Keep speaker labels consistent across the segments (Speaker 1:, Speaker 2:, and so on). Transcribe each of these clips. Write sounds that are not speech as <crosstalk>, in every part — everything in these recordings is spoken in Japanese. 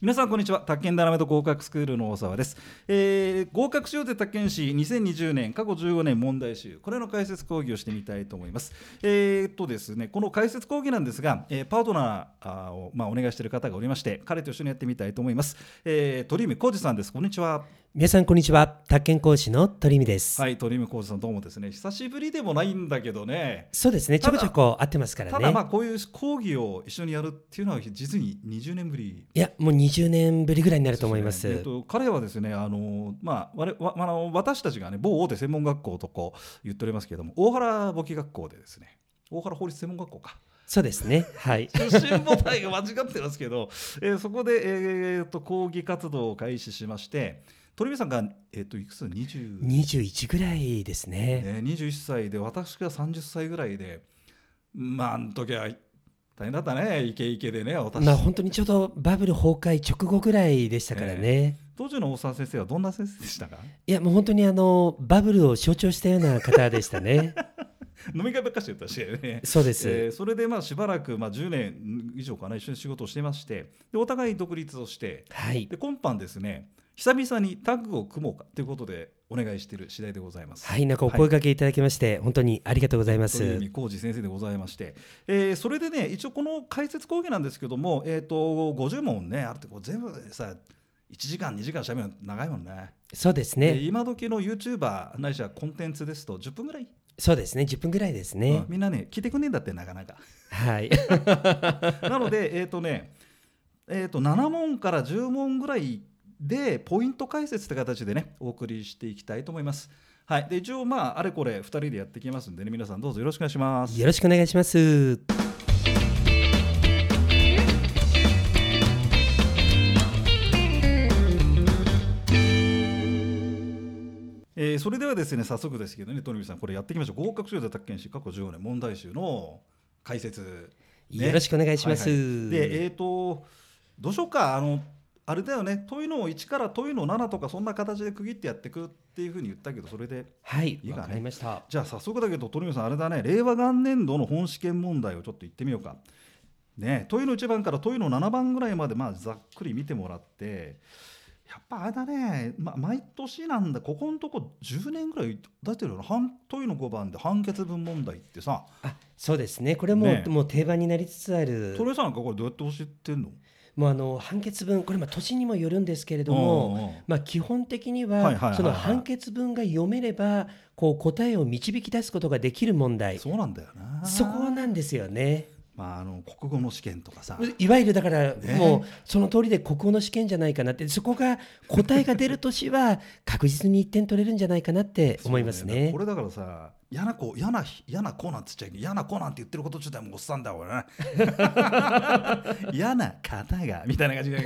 Speaker 1: 皆さんこんにちは宅建ダラメと合格スクールの大沢です、えー合格しようぜ宅建士2020年過去15年問題集これの解説講義をしてみたいと思いますえーっとですねこの解説講義なんですが、えーパートナーあーを、まあ、お願いしている方がおりまして彼と一緒にやってみたいと思います、えー、鳥海浩二さんですこんにちは
Speaker 2: 皆さんこんにちは宅建講師の鳥海です、
Speaker 1: はい鳥海浩二さんどうもですね久しぶりでもないんだけどね
Speaker 2: そうですねちょこちょこ会ってますからね
Speaker 1: ただまあこういう講義を一緒にやるっていうのは実に20年ぶり
Speaker 2: いやもう20年ぶりぐらいになると思います
Speaker 1: そうでねえっと、彼はですね、あのまあ、我々わあの私たちがね、某大手専門学校とこう言っておりますけれども、大原簿記学校でですね、大原法律専門学校か。
Speaker 2: そうですねはい
Speaker 1: 出身母体が間違ってますけど、えーそこで、えー、と講義活動を開始しまして、鳥海さんが、えー、といくつ ?20
Speaker 2: 21ぐらいですね
Speaker 1: ね、21歳で私が30歳ぐらいでまああの時は大変だったねイケイケでね私
Speaker 2: まあ本当にちょうどバブル崩壊直後ぐらいでしたからね、
Speaker 1: 当時の大沢先生はどんな先生でしたか
Speaker 2: いやもう本当にあのバブルを象徴したような方でした
Speaker 1: <laughs>
Speaker 2: ね
Speaker 1: 飲み会ばっかしてたしね
Speaker 2: そうです、
Speaker 1: えーそれでまあしばらく、まあ、10年以上かな一緒に仕事をしてましてでお互い独立をして
Speaker 2: はい
Speaker 1: で今般ですね久々にタッグを組もうかということでお願いしている次第でございます。
Speaker 2: はいなんかお声掛けいただきまして、本当にありがとうございます
Speaker 1: 鳥海浩二先生でございまして、えーそれでね一応この解説講義なんですけども、えー、と50問ねあるってこう全部さ1時間2時間しゃべるの長いもんね
Speaker 2: そうです
Speaker 1: で
Speaker 2: ね
Speaker 1: 今時の YouTuber ないしはコンテンツですと10分ぐらい、
Speaker 2: そうですね10分ぐらいですね、
Speaker 1: うんみんなね聞いてくんねえんだってなかなか
Speaker 2: はい
Speaker 1: <laughs> なので、えっ、とね、えー、と7問から10問ぐらいでポイント解説って形でね、お送りしていきたいと思います。はい、で一応、まあ、あれこれ2人でやっていきますんでね、皆さんどうぞよろしくお願いします。
Speaker 2: よろしくお願いします
Speaker 1: えーそれではですね、早速ですけどね、鳥海さん、これやっていきましょう。合格集団宅建士過去15年問題集の解説。ね
Speaker 2: よろしくお願いします、
Speaker 1: はいはいで、えっ、と、どうしようか、あの、あれだよね、問いの1から問いの7とか、そんな形で区切ってやっていくっていうふうに言ったけど、それで
Speaker 2: はい
Speaker 1: いいかね
Speaker 2: わかりました
Speaker 1: じゃあ早速だけど鳥海さんあれだね令和元年度の本試験問題をちょっと言ってみようか。ねえ問いの1番から問いの7番ぐらいまでまあざっくり見てもらってやっぱあれだね、ま、毎年なんだここのとこ10年ぐらい出してるよな半問いの5番で判決文問題ってさ
Speaker 2: あそうですねこれも,、
Speaker 1: ね
Speaker 2: もう定番になりつつある
Speaker 1: 鳥海さんなんかこれどうやって教えてんの
Speaker 2: もうあの判決文これまあ年にもよるんですけれども、
Speaker 1: うんうん
Speaker 2: まあ、基本的に
Speaker 1: はいはいはいは
Speaker 2: はいその判決文が読めればこう答えを導き出すことができる問題
Speaker 1: そうなんだよな
Speaker 2: そこなんですよね
Speaker 1: まあ、あの国語の試験とかさ
Speaker 2: いわゆるだから
Speaker 1: ね
Speaker 2: もうその通りで国語の試験じゃないかなってそこが答えが出る年は確実に1点取れるんじゃないかなって思います
Speaker 1: そうだよ
Speaker 2: ね
Speaker 1: こ。れだからさ嫌な子嫌な嫌な子なんて言っちゃいけない嫌な子なんて言ってること自体もおっさんだ
Speaker 2: <laughs>
Speaker 1: 俺ね嫌な方がみたいな感じで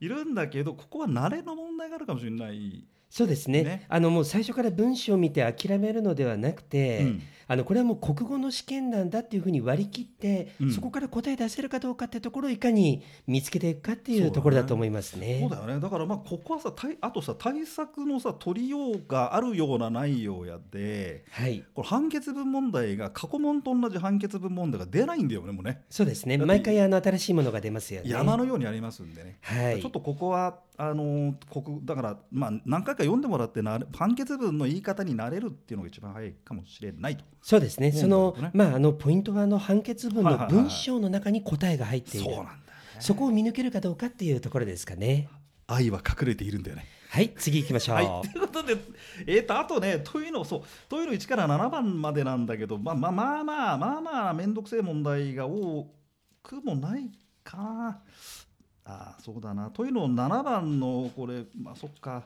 Speaker 1: いるんだけどここは慣れの問題があるかもしれない、
Speaker 2: そうですね
Speaker 1: ね
Speaker 2: あのもう最初から文章を見て諦めるのではなくて、
Speaker 1: うん
Speaker 2: あのこれはもう国語の試験なんだっていうふうに割り切って、
Speaker 1: うん
Speaker 2: そこから答え出せるかどうかってところをいかに見つけていくかってい
Speaker 1: そうだ
Speaker 2: う
Speaker 1: ね
Speaker 2: ところだと思いますね。
Speaker 1: そうだよねだからまあここはさ対あとさ対策のさ取りようがあるようなないようやで
Speaker 2: はい、
Speaker 1: これ判決文問題が過去問と同じ判決文問題が出ないんだよねもうね
Speaker 2: そうですね
Speaker 1: だって
Speaker 2: 毎回あの新しいものが出ますよね。
Speaker 1: 山のようにありますんでね
Speaker 2: はい、
Speaker 1: ちょっとここはあの国だから、まあ、何回か読んでもらってなれ判決文の言い方になれるっていうのが一番早いかもしれないと。
Speaker 2: そうですね、
Speaker 1: そう
Speaker 2: そ
Speaker 1: な
Speaker 2: の
Speaker 1: んだよね
Speaker 2: まあ、あのポイントはあの判決文
Speaker 1: はいはい
Speaker 2: の
Speaker 1: はいはい
Speaker 2: 文章の中に答えが入っている、
Speaker 1: そうなんだよね
Speaker 2: そこを見抜けるかどうかっていうところですかね。
Speaker 1: 愛は隠れているんだよね。
Speaker 2: はい、次行きましょう。
Speaker 1: はい、ということで、えー、とあとね、というの、そう、というの1から7番までなんだけど、まあまあまあまあ、まあまあ、めんどくせえ問題が多くもないかな。ああ、そうだな。というの7番の、これ、まあそっか。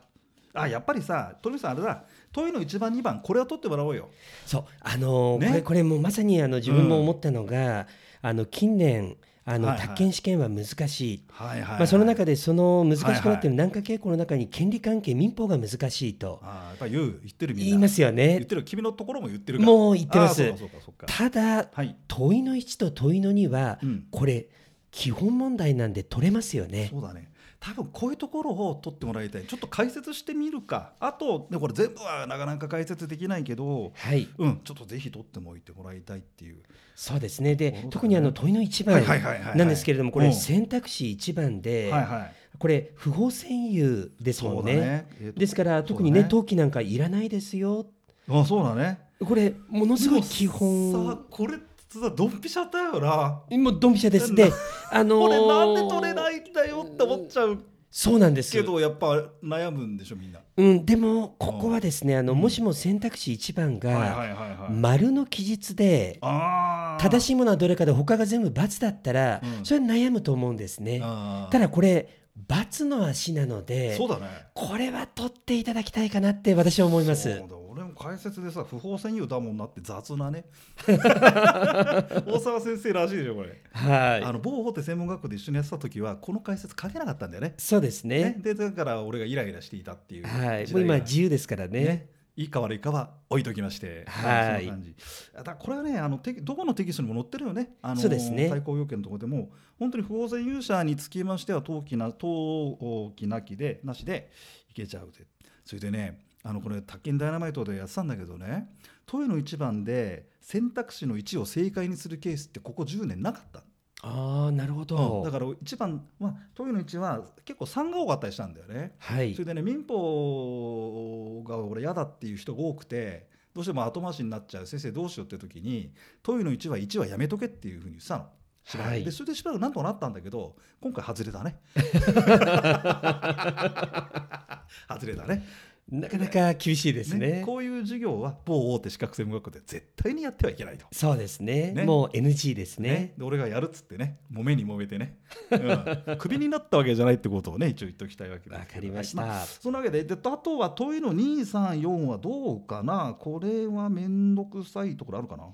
Speaker 1: あやっぱりさ、鳥海さん、あれだ、というの1番、2番、これは取ってもらおうよ。
Speaker 2: そうあのー
Speaker 1: ね
Speaker 2: これこれもうまさにあの自分も思ったのが、あの近年あの、
Speaker 1: はいはい
Speaker 2: 宅建試験は難しい。
Speaker 1: はいはい、
Speaker 2: まあ、その中
Speaker 1: で
Speaker 2: でその難しくなって
Speaker 1: はい
Speaker 2: る南下傾向の中に権利関係民法が難しいと
Speaker 1: ああ、やっぱり言う、言ってるみんな。
Speaker 2: 言いますよ
Speaker 1: 言っ
Speaker 2: ね
Speaker 1: てる、君のところも言ってるから。
Speaker 2: もう言ってま
Speaker 1: ああ
Speaker 2: す
Speaker 1: そうか、そうか、そうか。
Speaker 2: ただ
Speaker 1: はい。
Speaker 2: 問いの1と問いの2は
Speaker 1: うん。
Speaker 2: これ基本問題なんで取れますよね。
Speaker 1: そうだね多分こういうところを取ってもらいたいちょっと解説してみるかあと、ね、これ全部はなかなか解説できないけど
Speaker 2: はい、
Speaker 1: うんちょっとぜひ取ってもいてもらいたいっていう
Speaker 2: そうですね。
Speaker 1: そうだ
Speaker 2: で
Speaker 1: ね、
Speaker 2: 特にあの問いの一番
Speaker 1: はいはいはいはいはい
Speaker 2: なんですけれども、こ
Speaker 1: う
Speaker 2: れ
Speaker 1: ん
Speaker 2: 選択肢一番で、
Speaker 1: はいはい
Speaker 2: これ不法占有ですもんね。
Speaker 1: えーと
Speaker 2: ですから特に
Speaker 1: そう
Speaker 2: ね
Speaker 1: だね
Speaker 2: 登記なんかいらないですよ。
Speaker 1: あそうだね
Speaker 2: これものすごい基
Speaker 1: でもさ
Speaker 2: 本。
Speaker 1: これさドンピシャだよな
Speaker 2: もうドンピシャですで、あ
Speaker 1: <laughs>
Speaker 2: の
Speaker 1: こ
Speaker 2: ー
Speaker 1: れなんで取れないんだよって思っちゃう
Speaker 2: そうなんです
Speaker 1: けどやっぱ悩むんでしょみんな。
Speaker 2: うん、でもここはですねあの、
Speaker 1: うん
Speaker 2: もしも選択肢1番
Speaker 1: はい
Speaker 2: が
Speaker 1: はいはいはい。
Speaker 2: 丸の記述で
Speaker 1: ああ
Speaker 2: 正しいものはどれかで他が全部×だったら、
Speaker 1: うん
Speaker 2: それは悩むと思うんですね。
Speaker 1: あー
Speaker 2: ただこれ×の足なので
Speaker 1: そうだね。
Speaker 2: これは取っていただきたいかなって私は思いま
Speaker 1: そう
Speaker 2: す
Speaker 1: だ。俺も解説でさ不法占有だもんなって雑
Speaker 2: <laughs>
Speaker 1: なね大沢先生らしいでしょこれ、あ
Speaker 2: は
Speaker 1: の某大手専門学校で一緒にやってた時はこの解説書けなかったんだよね
Speaker 2: い。そうですね。
Speaker 1: でだから俺がイライラしていたっていう
Speaker 2: はい。
Speaker 1: 時
Speaker 2: もう
Speaker 1: 代が
Speaker 2: 今自由ですからね。
Speaker 1: ね、いいか悪いかは置いときまして、
Speaker 2: はい
Speaker 1: そんな感じだからこれはねあのテキどこのテキストにも載ってるよね、あの
Speaker 2: そうですね
Speaker 1: 対抗要件のところでも、本当に不法占有者につきましては登記な、登記なきでなしでいけちゃうぜ、それでね、あのこれ、宅建ダイナマイトでやってたんだけどね、問いの1番で選択肢の1を正解にするケースって、ここ10年なかった。
Speaker 2: ああなるほど。
Speaker 1: だから1番、まあ、問いの1は結構3が多かったりしたんだよね。
Speaker 2: はい
Speaker 1: それ。でね民法が俺嫌だっていう人が多くてどうしても後回しになっちゃう先生どうしようって時に問いの1は1はやめとけっていうふうに言ってたの。しばらく
Speaker 2: はい
Speaker 1: でそれでしばらくなんとかなったんだけど今回外れた
Speaker 2: <laughs>
Speaker 1: ね外れたね
Speaker 2: なかなか厳しいですね。
Speaker 1: こういう授業は某大手資格専門学校で絶対にやってはいけないと、
Speaker 2: そうですね
Speaker 1: ね
Speaker 2: もう NG ですね。
Speaker 1: ね、で俺がやるっつってね揉めに揉めてね、うん、 <laughs> クビになったわけじゃないってことをね一応言っておきたいわけです
Speaker 2: わ
Speaker 1: けど
Speaker 2: かりまし
Speaker 1: は
Speaker 2: た。
Speaker 1: いそのわけでであとは問いの234はどうかなこれは面倒くさいところあるかな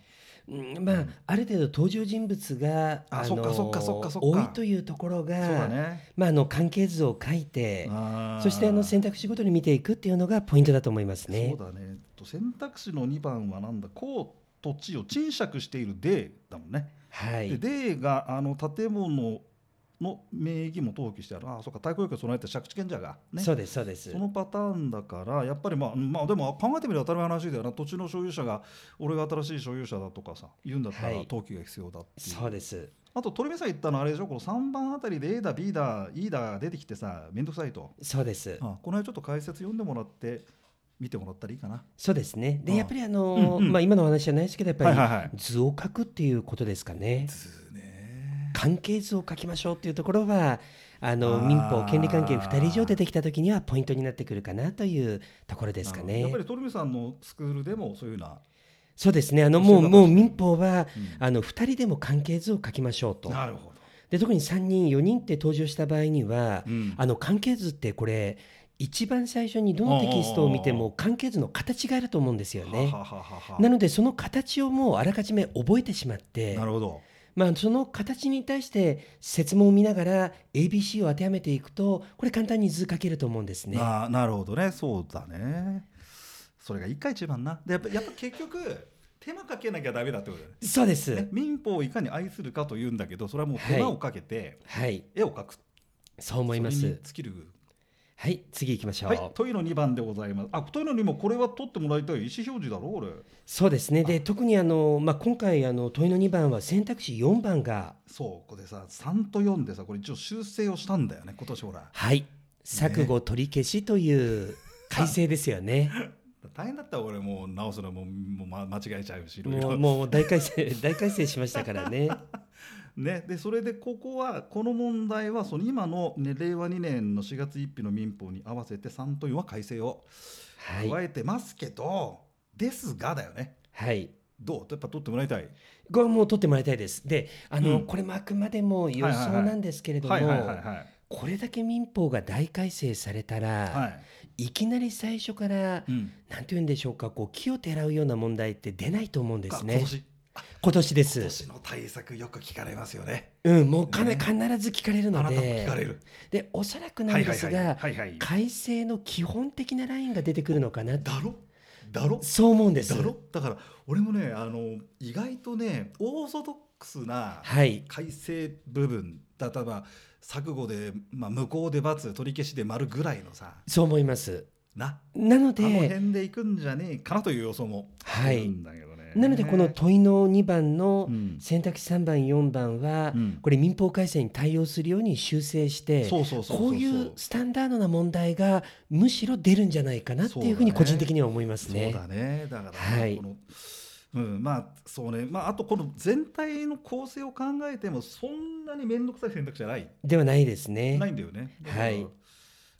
Speaker 2: うんまあ、ある程度登場人物が
Speaker 1: あ
Speaker 2: の
Speaker 1: そっかそっかそっかそっか
Speaker 2: 多いというところが、
Speaker 1: そうだね
Speaker 2: まあ、あの関係図を書いて
Speaker 1: あー
Speaker 2: そしてあの選択肢ごとに見ていくっていうのがポイントだと思いますね
Speaker 1: そう。だねと選択肢の2番はなんだこう土地を賃借しているでだもんね、
Speaker 2: はい
Speaker 1: ででがあの建物の名義も登記してあるあーそっか対抗要件を備えて借地権者がね
Speaker 2: そうですそうです
Speaker 1: そ。のパターンだからやっぱりまあ、うんまあ、でも考えてみれば当たり前の話だよな土地の所有者が俺が新しい所有者だとかさ言うんだったら
Speaker 2: はい
Speaker 1: 登記が必要だっていう
Speaker 2: そうです。
Speaker 1: あと鳥目さん言ったのあれでしょこの3番あたりで A だ B だ E だ出てきてさめんどくさいと
Speaker 2: そうです。
Speaker 1: あこの辺ちょっと解説読んでもらって見てもらったらいいかな
Speaker 2: そうですね。で、
Speaker 1: ああ
Speaker 2: やっぱりあの、
Speaker 1: うんうん
Speaker 2: まあ今のお話じゃないですけど、やっぱり、
Speaker 1: はいはいはい
Speaker 2: 図を書くっていうことですかね。
Speaker 1: 図ね
Speaker 2: 関係図を書きましょうっていうところは、あの
Speaker 1: あー
Speaker 2: 民法権利関係2人以上出てきたときにはポイントになってくるかなというところですかね。
Speaker 1: やっぱり鳥目さんのスクールでもそういうような
Speaker 2: そうですね。あの
Speaker 1: そういう形
Speaker 2: もうもう民法は、
Speaker 1: うん
Speaker 2: あの2人でも関係図を書きましょうと。
Speaker 1: なるほど、
Speaker 2: で特に3人4人って登場した場合には、
Speaker 1: うん
Speaker 2: あの関係図ってこれ一番最初にどのテキストを見ても関係図の形があると思うんですよね
Speaker 1: は。はははは
Speaker 2: なのでその形をもうあらかじめ覚えてしまって
Speaker 1: な、るほど
Speaker 2: まあ、その形に対して説問を見ながら ABC を当てはめていくとこれ簡単に図書けると思うんですね。
Speaker 1: ななるほどねそうだねそれが一回一番なでやっぱやっぱ結局手間かけなきゃダメだってことだよね
Speaker 2: そうです、
Speaker 1: ね民法をいかに愛するかというんだけどそれはもう手間をかけて
Speaker 2: はい
Speaker 1: 絵を描く、
Speaker 2: そう思いま
Speaker 1: それに
Speaker 2: す。
Speaker 1: 尽きる
Speaker 2: はい次行きましょう。
Speaker 1: はい、問いの2番でございます。あ、問いの2もこれは取ってもらいたい意思表示だろ、これ。
Speaker 2: そうですね。で、特にあの、まあ、今回、あの、問いの2番は選択肢4番が、
Speaker 1: そう、これさ、3と4でさ、これ一応修正をしたんだよね、今年ほら。
Speaker 2: はい、錯誤取り消しという改正ですよね。
Speaker 1: 大変だったわ俺もう直すのももう、ま、間違えちゃうし、いろい <laughs>
Speaker 2: もう、
Speaker 1: ろ。
Speaker 2: もう大改正、 <laughs> 大改正しましたからね。
Speaker 1: ね、で、それでここは、この問題は、その今の、ね、令和2年の4月1日の民法に合わせて3と4は改正を
Speaker 2: は
Speaker 1: 加
Speaker 2: い。
Speaker 1: えてますけど、ですがだよね。
Speaker 2: はい。
Speaker 1: どうやっぱ取ってもらいたい。
Speaker 2: これもう取ってもらいたいです。で、あの、
Speaker 1: うん
Speaker 2: これもあくまでも予想なんですけれども
Speaker 1: はいはいはいはい。
Speaker 2: これだけ民法が大改正されたら、
Speaker 1: はい。
Speaker 2: い、きなり最初から、
Speaker 1: うん。
Speaker 2: なんて言うんでしょうか、こう、木をてらうような問題って出ないと思うんで
Speaker 1: か
Speaker 2: す
Speaker 1: 今
Speaker 2: ね。
Speaker 1: 年、
Speaker 2: 今年で
Speaker 1: 今
Speaker 2: す。
Speaker 1: 年の対策よく聞かれますよね。
Speaker 2: うん、もうか
Speaker 1: ね
Speaker 2: な、必ず聞かれる
Speaker 1: あ
Speaker 2: の
Speaker 1: なたも
Speaker 2: で
Speaker 1: 聞かれる。
Speaker 2: でおそらくなんです
Speaker 1: は
Speaker 2: が
Speaker 1: いはいはいはいはい
Speaker 2: 改正の基本的なラインが出てくるのかな
Speaker 1: だろだろ
Speaker 2: そう思うんです
Speaker 1: だろだから俺もねあの意外とねオーソドックスな
Speaker 2: はい。
Speaker 1: 改正部分例えば錯誤で、まあ、無効で罰取り消しで丸ぐらいのさ
Speaker 2: そう思います。
Speaker 1: な
Speaker 2: な
Speaker 1: あ
Speaker 2: の
Speaker 1: の
Speaker 2: で、
Speaker 1: 辺でいくんじゃねえかなという予想も
Speaker 2: はい
Speaker 1: あるんだけどね。
Speaker 2: なのでこの問いの2番の
Speaker 1: うん
Speaker 2: 選択肢3番4番は
Speaker 1: うん、
Speaker 2: これ民法改正に対応するように修正して、
Speaker 1: そうそうそうそう
Speaker 2: こういうスタンダードな問題がむしろ出るんじゃないかなっていうふうに
Speaker 1: そうだね
Speaker 2: 個人的には思いますね
Speaker 1: そう。だねだから、
Speaker 2: はい
Speaker 1: このうん、まあそうね、まあ、あとこの全体の構成を考えてもそんなに面倒くさい選択肢じゃない
Speaker 2: ではないですね
Speaker 1: な。いんだよね。だから
Speaker 2: はい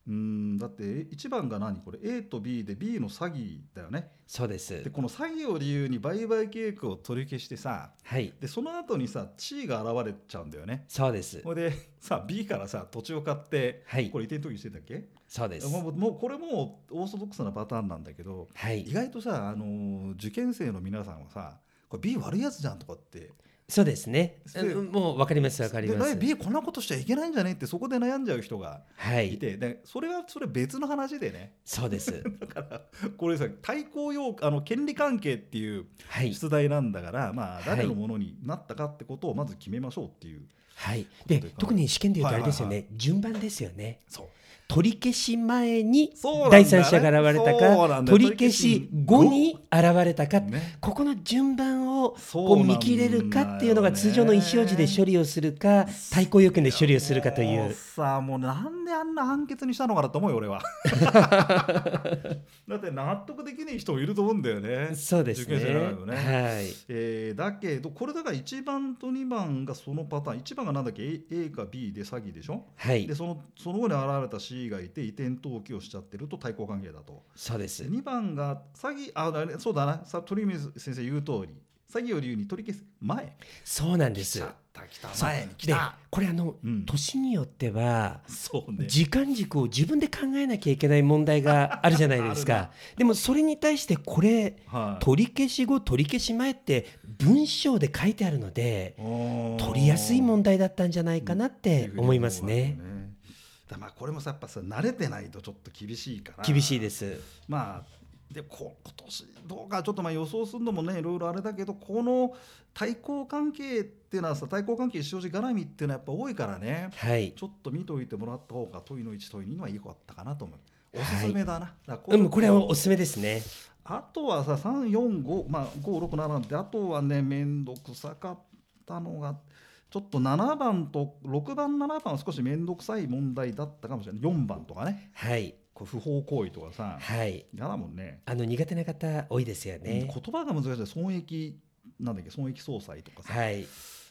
Speaker 1: うんだって1番が何これ A と B で B の詐欺だよね
Speaker 2: そうです
Speaker 1: で。この詐欺を理由に売買契約を取り消してさ
Speaker 2: はい。
Speaker 1: でその後にさ C が現れちゃうんだよね
Speaker 2: そうです。
Speaker 1: これでさ B からさ土地を買って
Speaker 2: はい
Speaker 1: こ。れ移転時にしてたっけ、
Speaker 2: そうです。
Speaker 1: もうもうこれもオーソドックスなパターンなんだけど
Speaker 2: は
Speaker 1: 意
Speaker 2: い。
Speaker 1: 外とさ、あのー受験生の皆さんはさこれ B 悪いやつじゃんとかって
Speaker 2: そうですね。
Speaker 1: そう
Speaker 2: うんもうわかりますわかり
Speaker 1: で
Speaker 2: ま
Speaker 1: だい
Speaker 2: す。
Speaker 1: B こんなことしちゃいけないんじゃねってそこで悩んじゃう人が
Speaker 2: はいい。
Speaker 1: て、でそれはそれ別の話でね
Speaker 2: そ
Speaker 1: <laughs>
Speaker 2: うです。
Speaker 1: だからこれさ対抗要あの権利関係っていう
Speaker 2: はい。
Speaker 1: 出題なんだから、まあ、誰
Speaker 2: は
Speaker 1: の
Speaker 2: い
Speaker 1: ものになったかってことをまず決めましょうっていう。
Speaker 2: はい。
Speaker 1: という
Speaker 2: で
Speaker 1: ことで、
Speaker 2: 特に試験で言うとあれですよ
Speaker 1: はい
Speaker 2: ね。順番ですよね。
Speaker 1: そう
Speaker 2: 取り消し前に
Speaker 1: そうなんだよ
Speaker 2: 第
Speaker 1: ね
Speaker 2: 三者が現れた
Speaker 1: そうな
Speaker 2: か、
Speaker 1: んだよ
Speaker 2: 取り消し後に現れたか、
Speaker 1: ね
Speaker 2: ここの順番を
Speaker 1: そ
Speaker 2: こ
Speaker 1: うな
Speaker 2: うん
Speaker 1: だよね
Speaker 2: 見切れるかっていうのが通常の意思表示で処理をするか、対抗要件で処理をするかとい
Speaker 1: も
Speaker 2: う。
Speaker 1: さあもうなんであんな判決にしたのかなと思うよ俺
Speaker 2: <laughs>
Speaker 1: はだって納得できない人もいると思うんだよね
Speaker 2: そうですね。
Speaker 1: 受験生なのよね
Speaker 2: はい。
Speaker 1: えーだけどこれだから1番と2番がそのパターン1番がなんだっけ A, A か B で詐欺でしょ
Speaker 2: はい
Speaker 1: で。そのその後に現れた C がいて移転登記をしちゃってると対抗関係だと
Speaker 2: そうです。
Speaker 1: 2番が詐欺ああれそうだなさ鳥海先生言う通り詐欺を理由に取り消す前
Speaker 2: そうなんです。
Speaker 1: た来た
Speaker 2: そうで、これあの、
Speaker 1: うん
Speaker 2: 年によっては、
Speaker 1: そうね
Speaker 2: 時間軸を自分で考えなきゃいけない問題
Speaker 1: <laughs>
Speaker 2: があるじゃないです
Speaker 1: ある
Speaker 2: か。でもそれに対してこれ、
Speaker 1: はい
Speaker 2: 取り消し後取り消し前って文章で書いてあるので取りやすい
Speaker 1: ん
Speaker 2: 問題だったんじゃないかなっ
Speaker 1: って
Speaker 2: て
Speaker 1: いうふうに
Speaker 2: 思います
Speaker 1: 思
Speaker 2: ね
Speaker 1: うわけよ。だからまあこれもさやっぱさ慣れてないとちょっと厳しいから
Speaker 2: 厳しいです
Speaker 1: まあでこ今年どうかちょっとまあ予想するのもねいろいろあれだけどこの対抗関係っていうのはさ対抗関係塩地絡みっていうのはやっぱ多いからね
Speaker 2: はい
Speaker 1: ちょっと見といてもらった方が問いの1問い2のはいい子だったかなと思うおすすめだな、だから
Speaker 2: でもこれは
Speaker 1: こ
Speaker 2: おすすめですね
Speaker 1: あとはさ345まあ567であとはね面倒くさかったのがちょっと7番と6番7番は少し面倒くさい問題だったかもしれない4番とかね
Speaker 2: はい
Speaker 1: こう不法行為とかさ
Speaker 2: はい
Speaker 1: 嫌だもんね
Speaker 2: あの苦手な方多いですよ
Speaker 1: 言
Speaker 2: ね
Speaker 1: 葉が難しい損益なんだっけ損益総裁とかさ、
Speaker 2: はい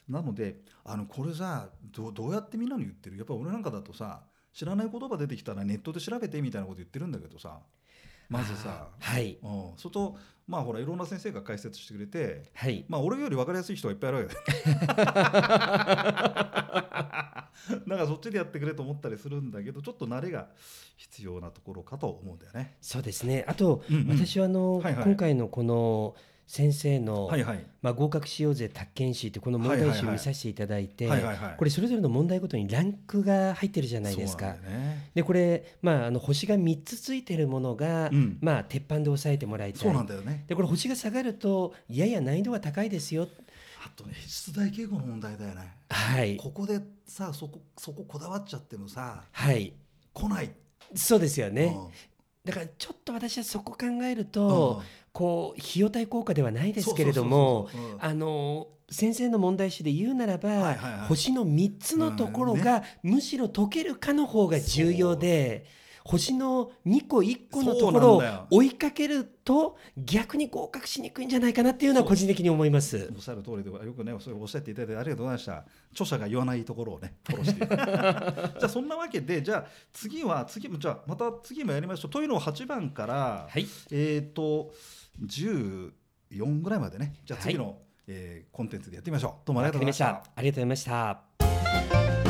Speaker 1: なのであのこれさどうどうやってみんなに言ってるやっぱ俺なんかだとさ知らない言葉出てきたらネットで調べてみたいなこと言ってるんだけどさまずさ
Speaker 2: はい
Speaker 1: うん、それとまあほらいろんな先生が解説してくれて
Speaker 2: はい
Speaker 1: まあ俺より分かりやすい人がいっぱいいるわけだだ
Speaker 2: <laughs>
Speaker 1: からそっちでやってくれと思ったりするんだけどちょっと慣れが必要なところかと思うんだよね。
Speaker 2: そうですねあと
Speaker 1: うんうん
Speaker 2: 私はあの
Speaker 1: はいはい
Speaker 2: 今回のこの先生の
Speaker 1: はいはい
Speaker 2: まあ合格しようぜ宅建士ってこの問題
Speaker 1: はいはい
Speaker 2: 集
Speaker 1: はい
Speaker 2: 見させていただいて
Speaker 1: はいはいはい
Speaker 2: これそれぞれの問題ごとにランクが入ってるじゃないですか
Speaker 1: そうなんだよね
Speaker 2: でこれ、まあ、あの星が3つついてるものが、
Speaker 1: うん
Speaker 2: まあ、鉄板で押さえてもらいた
Speaker 1: そうなん
Speaker 2: い
Speaker 1: だよね。
Speaker 2: でこれ星が下がるとやや難易度が高いですよ
Speaker 1: あとね出題敬語の問題だよね。
Speaker 2: はい
Speaker 1: ここでさそこそここだわっちゃってもさ
Speaker 2: はい
Speaker 1: 来ない。
Speaker 2: そうですよね
Speaker 1: うん
Speaker 2: だからちょっと私はそこ考える
Speaker 1: う
Speaker 2: と
Speaker 1: ん
Speaker 2: こう費用対効果ではないですけれども
Speaker 1: そうそうそうそううん
Speaker 2: あの先生の問題集で言うならば、
Speaker 1: はいはいはい
Speaker 2: 星の3つのところが、むしろ解けるかの方が重要で星の2個1個のところ
Speaker 1: そう
Speaker 2: を
Speaker 1: なんだよ
Speaker 2: 追いかけると逆に合格しにくいんじゃないかなっていうのは個人的に思います。
Speaker 1: おっしゃる通りでよくねそれおっしゃっていただいてありがとうございました著者が言わないところを
Speaker 2: <laughs>
Speaker 1: ねフォローしてじゃあそんなわけでじゃあ次は次もじゃあまた次もやりましょうというのを8番から、
Speaker 2: はい、
Speaker 1: えっ、と14ぐらいまでねじゃあ次の、えーコンテンツでやってみましょうどうもあり
Speaker 2: わ
Speaker 1: がと
Speaker 2: か
Speaker 1: う
Speaker 2: り
Speaker 1: ござい
Speaker 2: ま
Speaker 1: ま
Speaker 2: し
Speaker 1: した
Speaker 2: た。ありがとうございました。